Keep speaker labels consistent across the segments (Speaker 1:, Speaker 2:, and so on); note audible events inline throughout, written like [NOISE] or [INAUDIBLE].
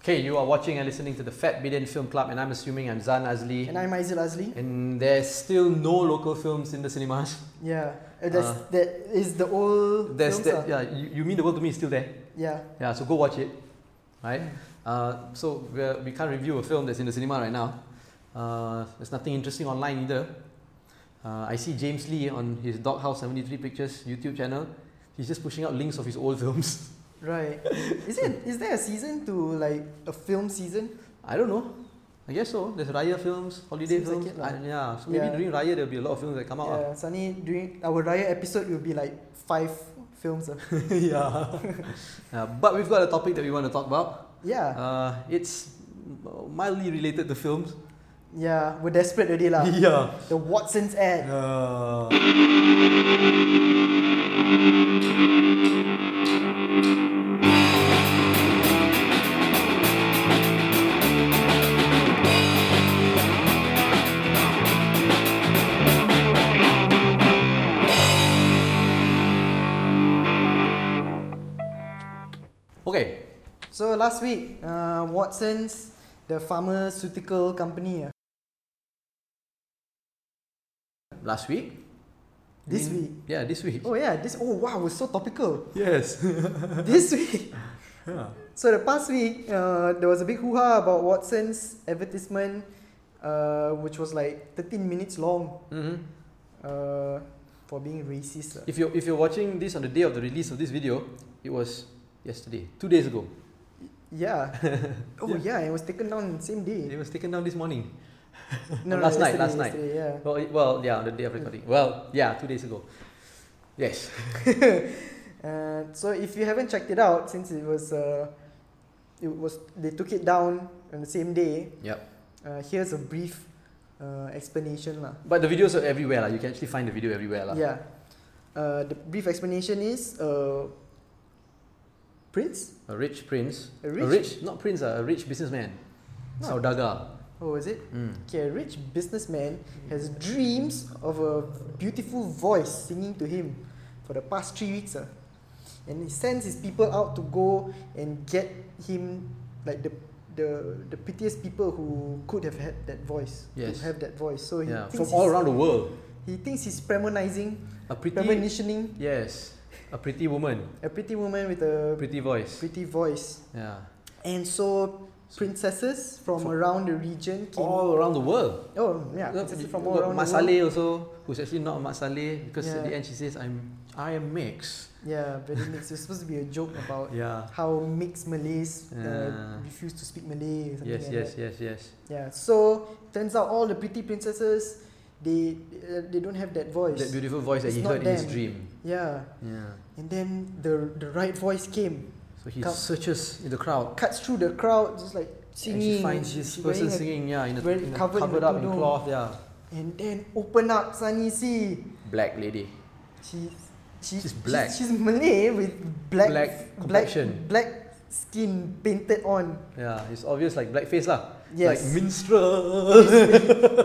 Speaker 1: Okay, you are watching and listening to the Fat Bidden Film Club, and I'm assuming I'm Zan Azli.
Speaker 2: And I'm Aizil Azli.
Speaker 1: And there's still no local films in the
Speaker 2: [LAUGHS]
Speaker 1: cinemas.
Speaker 2: Yeah, uh, that's,
Speaker 1: Uh,
Speaker 2: that is the old
Speaker 1: There's that,
Speaker 2: films. ah.
Speaker 1: yeah, you, you mean the world to me is still there.
Speaker 2: yeah.
Speaker 1: Yeah, so go watch it, right? Uh, so we're, we can't review a film that's in the cinema right now. Uh, there's nothing interesting online either. Uh, I see James Lee on his Doghouse 73 Pictures YouTube channel. He's just pushing out links of his old films. [LAUGHS]
Speaker 2: Right. Is it is there a season to like a film season?
Speaker 1: I don't know. I guess so. There's Raya films, holiday
Speaker 2: Seems like
Speaker 1: films.
Speaker 2: it lah.
Speaker 1: I- yeah, so maybe
Speaker 2: Yeah.
Speaker 1: during Raya there'll be a lot of films that come out. ah.
Speaker 2: yeah. Sunny during our Raya episode will be like five films. ah.
Speaker 1: [LAUGHS] yeah. Uh, but we've got a topic that we want to talk about.
Speaker 2: yeah.
Speaker 1: Uh, it's mildly related to films.
Speaker 2: yeah. We're desperate already lah.
Speaker 1: [LAUGHS] Yeah.
Speaker 2: The Watson's ad.
Speaker 1: Uh, okay.
Speaker 2: So last week, uh, Watson's the pharmaceutical company. ah.
Speaker 1: Last week.
Speaker 2: This
Speaker 1: You mean-
Speaker 2: week.
Speaker 1: Yeah, this week.
Speaker 2: Oh yeah, this oh wow, was so topical.
Speaker 1: Yes. [LAUGHS]
Speaker 2: this week
Speaker 1: yeah.
Speaker 2: So the past week, uh, there was a big hoo-ha about Watson's advertisement, uh, which was like 13 minutes long
Speaker 1: hmm
Speaker 2: uh, for being racist. uh. lah.
Speaker 1: If you're if you're watching this on the day of the release of this video, it was yesterday, two days ago. [LAUGHS]
Speaker 2: Yeah. oh yeah. it was taken down same
Speaker 1: It
Speaker 2: day.
Speaker 1: was taken down this morning. Last night,
Speaker 2: yesterday,
Speaker 1: last night.
Speaker 2: yesterday, Yeah.
Speaker 1: Well, it, well, yeah, on the day of recording. Well, yeah, two days ago. Yes.
Speaker 2: Uh, so if you haven't checked it out, since it was, uh, it was they took it down on the same day.
Speaker 1: Yep.
Speaker 2: Uh, here's a brief uh, explanation lah.
Speaker 1: But the videos are everywhere, lah. You can actually find the video everywhere, lah.
Speaker 2: Yeah. Uh, the brief explanation is uh, Prince?
Speaker 1: A rich prince.
Speaker 2: A rich-
Speaker 1: not prince, ah, a rich businessman.
Speaker 2: No.
Speaker 1: Saudagar.
Speaker 2: Oh, is it?
Speaker 1: Mm.
Speaker 2: Okay, a rich businessman has dreams of a beautiful voice singing to him for the past three weeks. ah. And he sends his people out to go and get him, like the the, the prettiest people who could have had that voice.
Speaker 1: Yes.
Speaker 2: Who have that voice. So he,
Speaker 1: Yeah, from
Speaker 2: thinks,
Speaker 1: all
Speaker 2: he's,
Speaker 1: around the world.
Speaker 2: he thinks he's premonizing,
Speaker 1: A pretty.
Speaker 2: premonitioning
Speaker 1: Yes. A pretty woman.
Speaker 2: a pretty woman with a
Speaker 1: Pretty voice.
Speaker 2: pretty voice.
Speaker 1: Yeah.
Speaker 2: And so princesses from
Speaker 1: From-
Speaker 2: around the region came.
Speaker 1: All around the world.
Speaker 2: oh, yeah,
Speaker 1: Look,
Speaker 2: princesses
Speaker 1: you-
Speaker 2: from all
Speaker 1: look,
Speaker 2: around
Speaker 1: Mat
Speaker 2: the world.
Speaker 1: Salleh also, who's actually not Mat Salleh, because at
Speaker 2: Yeah.
Speaker 1: the end she says, "I'm, I am mixed."
Speaker 2: Yeah, very mixed. It's supposed to be a joke about
Speaker 1: Yeah.
Speaker 2: how mixed Malays
Speaker 1: Yeah.
Speaker 2: uh, refuse to speak Malay. Or something
Speaker 1: Yes,
Speaker 2: like
Speaker 1: yes,
Speaker 2: That.
Speaker 1: yes, yes.
Speaker 2: Yeah. So turns out all the pretty princesses, they uh, they don't have that voice.
Speaker 1: That beautiful voice that he
Speaker 2: It's not
Speaker 1: heard in his
Speaker 2: them.
Speaker 1: dream.
Speaker 2: yeah.
Speaker 1: Yeah.
Speaker 2: And then the the right voice came,
Speaker 1: So he
Speaker 2: Come.
Speaker 1: searches in the crowd.
Speaker 2: cuts through the crowd, just like
Speaker 1: And she
Speaker 2: singing.
Speaker 1: finds this
Speaker 2: She
Speaker 1: person
Speaker 2: wearing a-
Speaker 1: singing, yeah, in a,
Speaker 2: wearing-
Speaker 1: in a
Speaker 2: covered
Speaker 1: covered,
Speaker 2: in a
Speaker 1: up in
Speaker 2: tudung.
Speaker 1: cloth, yeah.
Speaker 2: And then open up, Sunny see.
Speaker 1: Black lady.
Speaker 2: She, she,
Speaker 1: She's black.
Speaker 2: She's, she's Malay with
Speaker 1: Black
Speaker 2: black black,
Speaker 1: complexion.
Speaker 2: black skin painted on.
Speaker 1: Yeah, it's obvious like blackface lah.
Speaker 2: Yes.
Speaker 1: Like minstrel.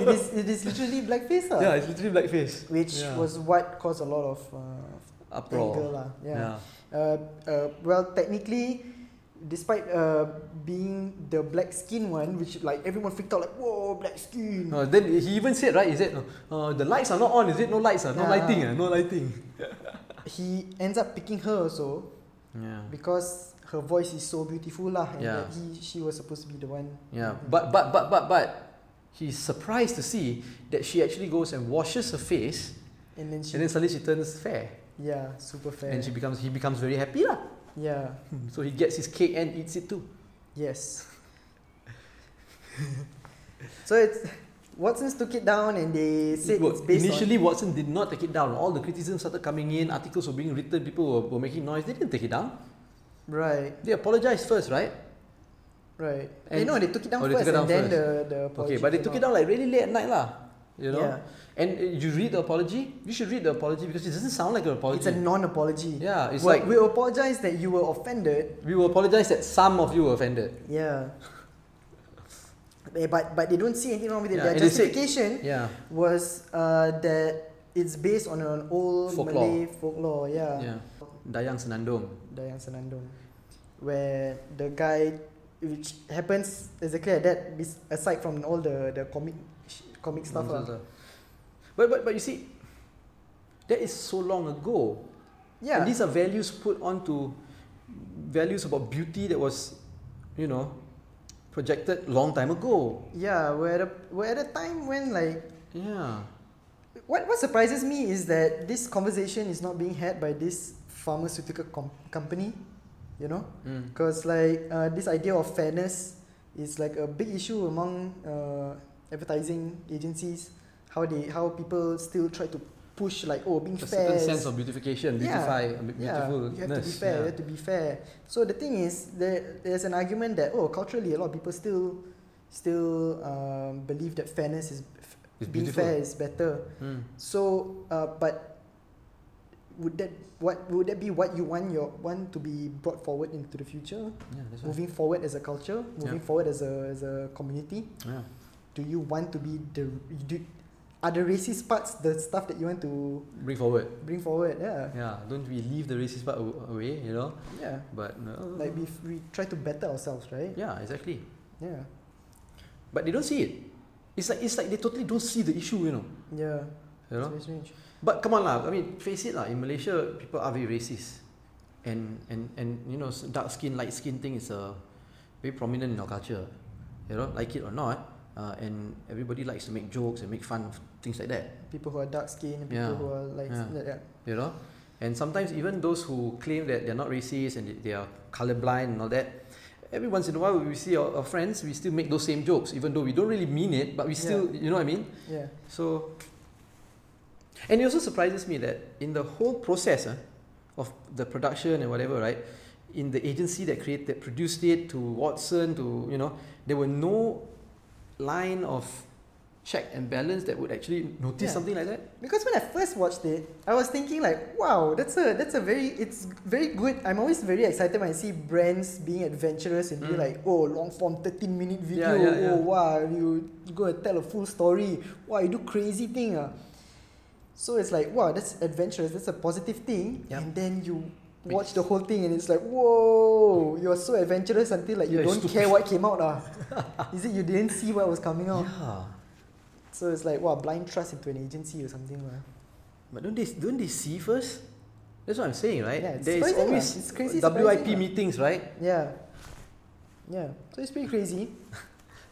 Speaker 2: it is it is literally blackface ah.
Speaker 1: yeah, it's literally blackface.
Speaker 2: which
Speaker 1: Yeah.
Speaker 2: was what caused a lot of uh, anger
Speaker 1: Uproar.
Speaker 2: lah.
Speaker 1: Yeah.
Speaker 2: Yeah. Uh, uh, well, technically, despite uh, being the black skin one, which like everyone freaked out like, whoa, black skin.
Speaker 1: No, then he even said, right, he said, uh, the lights are not on, is it? No lights, ah, no
Speaker 2: Yeah.
Speaker 1: lighting, ah, no lighting.
Speaker 2: He ends up picking her also
Speaker 1: Yeah.
Speaker 2: because her voice is so beautiful lah, and
Speaker 1: Yeah.
Speaker 2: that he she was supposed to be the one. Mm-hmm.
Speaker 1: Yeah, but but but but but he's surprised to see that she actually goes and washes her face,
Speaker 2: and then she
Speaker 1: and then suddenly she turns fair,
Speaker 2: yeah, super fair.
Speaker 1: and she becomes he becomes very happy lah. Hmm.
Speaker 2: yeah,
Speaker 1: So he gets his cake and eats it too.
Speaker 2: yes. [LAUGHS] so it's Watson's took it down and they said
Speaker 1: Well,
Speaker 2: it's based on-
Speaker 1: initially, Watson did not take it down. All the criticism started coming in. Articles were being written. People were, were making noise. They didn't take it down.
Speaker 2: right.
Speaker 1: They apologized first, right?
Speaker 2: Right.
Speaker 1: And-
Speaker 2: And no, they took it down
Speaker 1: Oh, they
Speaker 2: first,
Speaker 1: took it down
Speaker 2: and then
Speaker 1: first.
Speaker 2: the the
Speaker 1: okay, but they took it down like really late at night lah. You know.
Speaker 2: Yeah.
Speaker 1: And uh, you read the apology. You should read the apology because it doesn't sound like an apology.
Speaker 2: It's a non-apology.
Speaker 1: yeah, it's
Speaker 2: Well,
Speaker 1: like
Speaker 2: we apologize that you were offended.
Speaker 1: we will apologize that some of you were offended.
Speaker 2: [LAUGHS] Yeah. Eh, but but they don't see anything wrong with it.
Speaker 1: Yeah,
Speaker 2: Their
Speaker 1: and they say-
Speaker 2: justification
Speaker 1: Yeah.
Speaker 2: was uh, that it's based on an old
Speaker 1: Folklore.
Speaker 2: Malay folklore. Yeah.
Speaker 1: Yeah. Dayang Senandung.
Speaker 2: Dayang Senandung, where the guy which happens exactly like that. bes- Aside from all the the comic sh- comic stuff, lah.
Speaker 1: But, but, but you see, that is so long ago.
Speaker 2: yeah,
Speaker 1: And these are values put onto values about beauty that was, you know, projected long time ago.
Speaker 2: yeah. We're at a, we're at a time when like
Speaker 1: Yeah.
Speaker 2: What what surprises me is that this conversation is not being had by this pharmaceutical com- company, you know,
Speaker 1: Mm.
Speaker 2: because like uh, this idea of fairness is like a big issue among uh, advertising agencies. How they how people still try to push like oh being
Speaker 1: A certain
Speaker 2: fair. is-
Speaker 1: sense of beautification, beautify,
Speaker 2: yeah, yeah,
Speaker 1: beautifulness.
Speaker 2: you have to be fair. You
Speaker 1: yeah.
Speaker 2: have to be fair. So the thing is, there, there's an argument that oh, culturally, a lot of people still, still um, believe that fairness is f-
Speaker 1: It's
Speaker 2: being
Speaker 1: beautiful.
Speaker 2: fair is better.
Speaker 1: Mm.
Speaker 2: So, uh, but would that what would that be what you want your want to be brought forward into the future?
Speaker 1: Yeah, that's right.
Speaker 2: Moving forward as a culture, moving forward as a as a community.
Speaker 1: Yeah.
Speaker 2: Do you want to be the do, are the racist parts the stuff that you want to
Speaker 1: Bring forward.
Speaker 2: bring forward? Yeah,
Speaker 1: Yeah. Don't we leave the racist part aw- away, you know?
Speaker 2: yeah.
Speaker 1: But no.
Speaker 2: Like we f- we try to better ourselves, right?
Speaker 1: Yeah, exactly.
Speaker 2: Yeah,
Speaker 1: But they don't see it. It's like it's like they totally don't see the issue, you know.
Speaker 2: yeah.
Speaker 1: You know?
Speaker 2: It's very strange.
Speaker 1: But come on lah, I mean, face it lah. In Malaysia, people are very racist, and and and you know, dark skin, light skin thing is a uh, very prominent in our culture. You know, like it or not, uh, and everybody likes to make jokes and make fun of things like that.
Speaker 2: People who are dark skinned, people
Speaker 1: Yeah.
Speaker 2: who are like
Speaker 1: Yeah.
Speaker 2: yeah. yeah.
Speaker 1: You know, and sometimes even those who claim that they're not racist and they- they are colorblind and all that. Every once in a while, we see our, our friends. We still make those same jokes, even though we don't really mean it. But we still, you know what I mean.
Speaker 2: yeah.
Speaker 1: So, and it also surprises me that in the whole process ah, of the production and whatever, right, in the agency that created, that produced it, to Watson, to you know, there were no line of check and balance that would actually notice
Speaker 2: Yeah.
Speaker 1: something like that.
Speaker 2: Because when I first watched it, I was thinking like, wow, that's a that's a very it's very good. I'm always very excited when I see brands being adventurous and be
Speaker 1: Mm.
Speaker 2: like, oh, long form 13 minute video.
Speaker 1: Yeah, yeah,
Speaker 2: Oh
Speaker 1: yeah.
Speaker 2: wow, you you gonna tell a full story. Wow, you do crazy thing. ah. So it's like, wow, that's adventurous. That's a positive thing.
Speaker 1: Yep.
Speaker 2: And then you
Speaker 1: Which-
Speaker 2: watch the whole thing and it's like, whoa, you're so adventurous until like
Speaker 1: Yeah,
Speaker 2: you
Speaker 1: it's
Speaker 2: don't care what came out. ah.
Speaker 1: [LAUGHS]
Speaker 2: Is it you didn't see what was coming out?
Speaker 1: Yeah,
Speaker 2: So it's like, wow, blind trust into an agency or something. ah. lah.
Speaker 1: but don't they don't they see first? That's what I'm saying, right?
Speaker 2: Yeah, it's
Speaker 1: there is
Speaker 2: surprising lah.
Speaker 1: always
Speaker 2: It's crazy
Speaker 1: WIP
Speaker 2: surprising lah.
Speaker 1: meetings, right?
Speaker 2: Yeah. Yeah. So it's pretty crazy.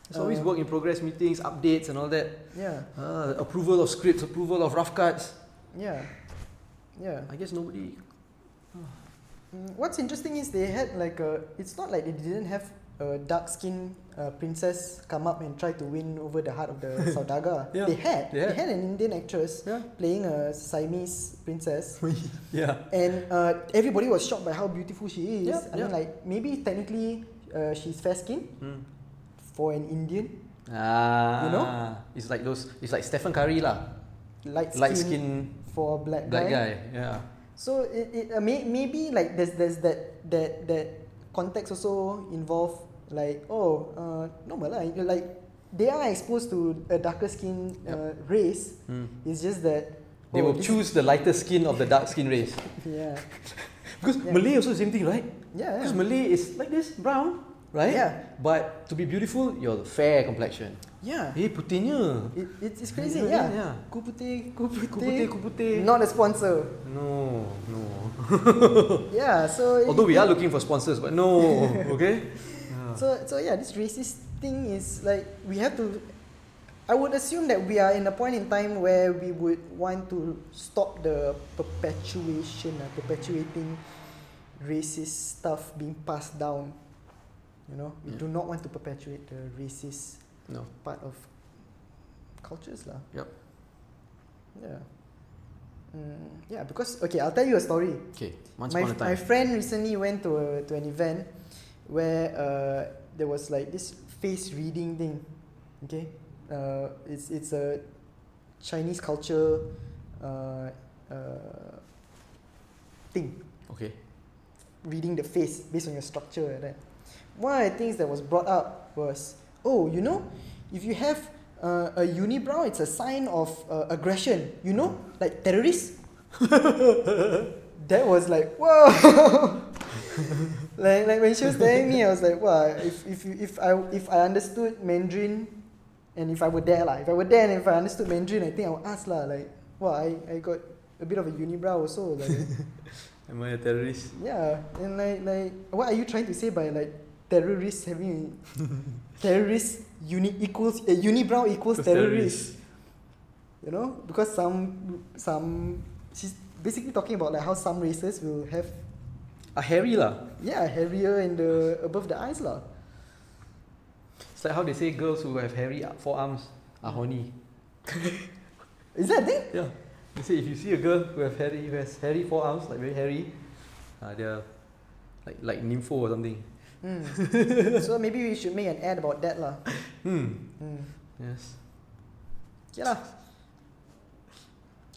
Speaker 1: There's always
Speaker 2: Uh,
Speaker 1: work in progress meetings, updates, and all that.
Speaker 2: Yeah.
Speaker 1: Uh, approval of scripts, approval of rough cuts.
Speaker 2: Yeah. Yeah.
Speaker 1: I guess nobody
Speaker 2: Mm, What's interesting is they had like a. It's not like they didn't have a dark skinned uh, princess come up and try to win over the heart of the
Speaker 1: [LAUGHS]
Speaker 2: Saudaga.
Speaker 1: Yeah.
Speaker 2: They had.
Speaker 1: They had.
Speaker 2: They had an Indian actress
Speaker 1: Yeah.
Speaker 2: playing a Siamese princess.
Speaker 1: Yeah.
Speaker 2: And uh, everybody was shocked by how beautiful she is.
Speaker 1: Yeah,
Speaker 2: I mean,
Speaker 1: yeah.
Speaker 2: like, maybe technically uh, she's fair skinned for an Indian.
Speaker 1: Ah.
Speaker 2: You know?
Speaker 1: It's like those it's like Stephen Curry lah.
Speaker 2: Light skin,
Speaker 1: Light skin
Speaker 2: for a black
Speaker 1: black guy. Yeah.
Speaker 2: So it, it uh, may, maybe like there's there's that that that context also involve like oh uh, normal lah You know, like they are exposed to a darker skin uh, race.
Speaker 1: Mm.
Speaker 2: It's just that
Speaker 1: They
Speaker 2: oh,
Speaker 1: will
Speaker 2: this-
Speaker 1: choose the lighter skin of the dark skin race.
Speaker 2: [LAUGHS] Yeah,
Speaker 1: Because
Speaker 2: Yeah.
Speaker 1: Malay also the same thing, right?
Speaker 2: yeah,
Speaker 1: Because
Speaker 2: yeah.
Speaker 1: Malay is like this, brown, right?
Speaker 2: Yeah.
Speaker 1: But to be beautiful, you're fair complexion.
Speaker 2: yeah.
Speaker 1: Eh, putihnya.
Speaker 2: It, it's, it's crazy.
Speaker 1: Yeah,
Speaker 2: Yeah,
Speaker 1: yeah.
Speaker 2: Ku putih,
Speaker 1: Kuputih, kuputih.
Speaker 2: Not a sponsor.
Speaker 1: No, no.
Speaker 2: Yeah, so it-
Speaker 1: Although we are looking for sponsors, but no, [LAUGHS] okay? Yeah.
Speaker 2: So so yeah, this racist thing is like we have to. I would assume that we are in a point in time where we would want to stop the perpetuation, uh, perpetuating racist stuff being passed down. You know, we
Speaker 1: Yeah.
Speaker 2: do not want to perpetuate the racist
Speaker 1: No.
Speaker 2: part of cultures, lah.
Speaker 1: Yup.
Speaker 2: Yeah. Mm, yeah, because okay, I'll tell you a story
Speaker 1: Okay, once
Speaker 2: my,
Speaker 1: upon a
Speaker 2: my
Speaker 1: time.
Speaker 2: friend recently went to a, to an event where uh, there was like this face reading thing. Okay, uh, it's it's a Chinese culture uh, uh, thing,
Speaker 1: Okay.
Speaker 2: reading the face based on your structure and that. One of the things that was brought up was, oh, you know, if you have uh, a unibrow, it's a sign of uh, aggression. You know, like [LAUGHS] terrorists. that was like, whoa. [LAUGHS] Like, like when she was telling me, I was like, wow, if, if, you, if, I, if I understood Mandarin and if I were there, like, if I were there and if I understood Mandarin, I think I would ask, lah, like, wow, I, I got a bit of a unibrow also. Like,
Speaker 1: Am I a terrorist?
Speaker 2: yeah, and like, like, what are you trying to say by like terrorists having
Speaker 1: [LAUGHS]
Speaker 2: a terrorist uni equals, uh, unibrow equals
Speaker 1: Because
Speaker 2: terrorist? you know because some some she's basically talking about like how some races will have
Speaker 1: Ah, hairy lah.
Speaker 2: yeah hairier in the above the eyes lah
Speaker 1: It's like how they say girls who have hairy ar- forearms are horny.
Speaker 2: is that a thing
Speaker 1: Yeah. They say if you see a girl who have hairy, who has hairy forearms, like very hairy, uh, they're like like nympho or something. [LAUGHS]
Speaker 2: Hmm. so maybe we should make an ad about that lah
Speaker 1: Hmm.
Speaker 2: Hmm.
Speaker 1: Yes.
Speaker 2: yeah lah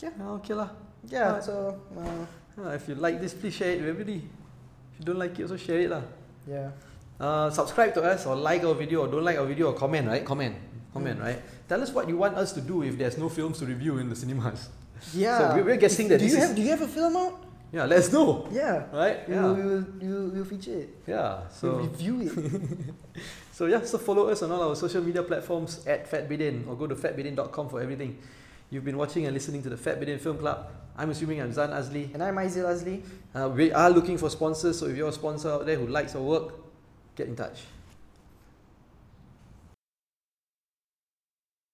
Speaker 1: Yeah. ah, Okay lah.
Speaker 2: yeah
Speaker 1: Alright.
Speaker 2: so uh,
Speaker 1: Ah, if you like this, please share it with everybody. If you don't like it, also share it lah.
Speaker 2: yeah
Speaker 1: Uh, subscribe to us or like our video or don't like our video or comment, right? Comment. Hmm. Comment,
Speaker 2: Mm.
Speaker 1: right? Tell us what you want us to do if there's no films to review in the cinemas.
Speaker 2: yeah
Speaker 1: So we- we're guessing that
Speaker 2: do
Speaker 1: this
Speaker 2: you
Speaker 1: is-
Speaker 2: have do you have a film out
Speaker 1: Yeah, let us know.
Speaker 2: yeah
Speaker 1: Right?
Speaker 2: we will
Speaker 1: Yeah.
Speaker 2: we will, we will, we will feature it
Speaker 1: Yeah.
Speaker 2: we'll
Speaker 1: So
Speaker 2: review it
Speaker 1: so yeah, so follow us on all our social media platforms at fatbidin or go to fatbidin.com for everything. You've been watching and listening to the Fat Bidin Film Club. I'm assuming I'm Zan Azli.
Speaker 2: and I'm Aizil Azli
Speaker 1: Uh, we are looking for sponsors, so if you're a sponsor out there who likes our work, get in touch.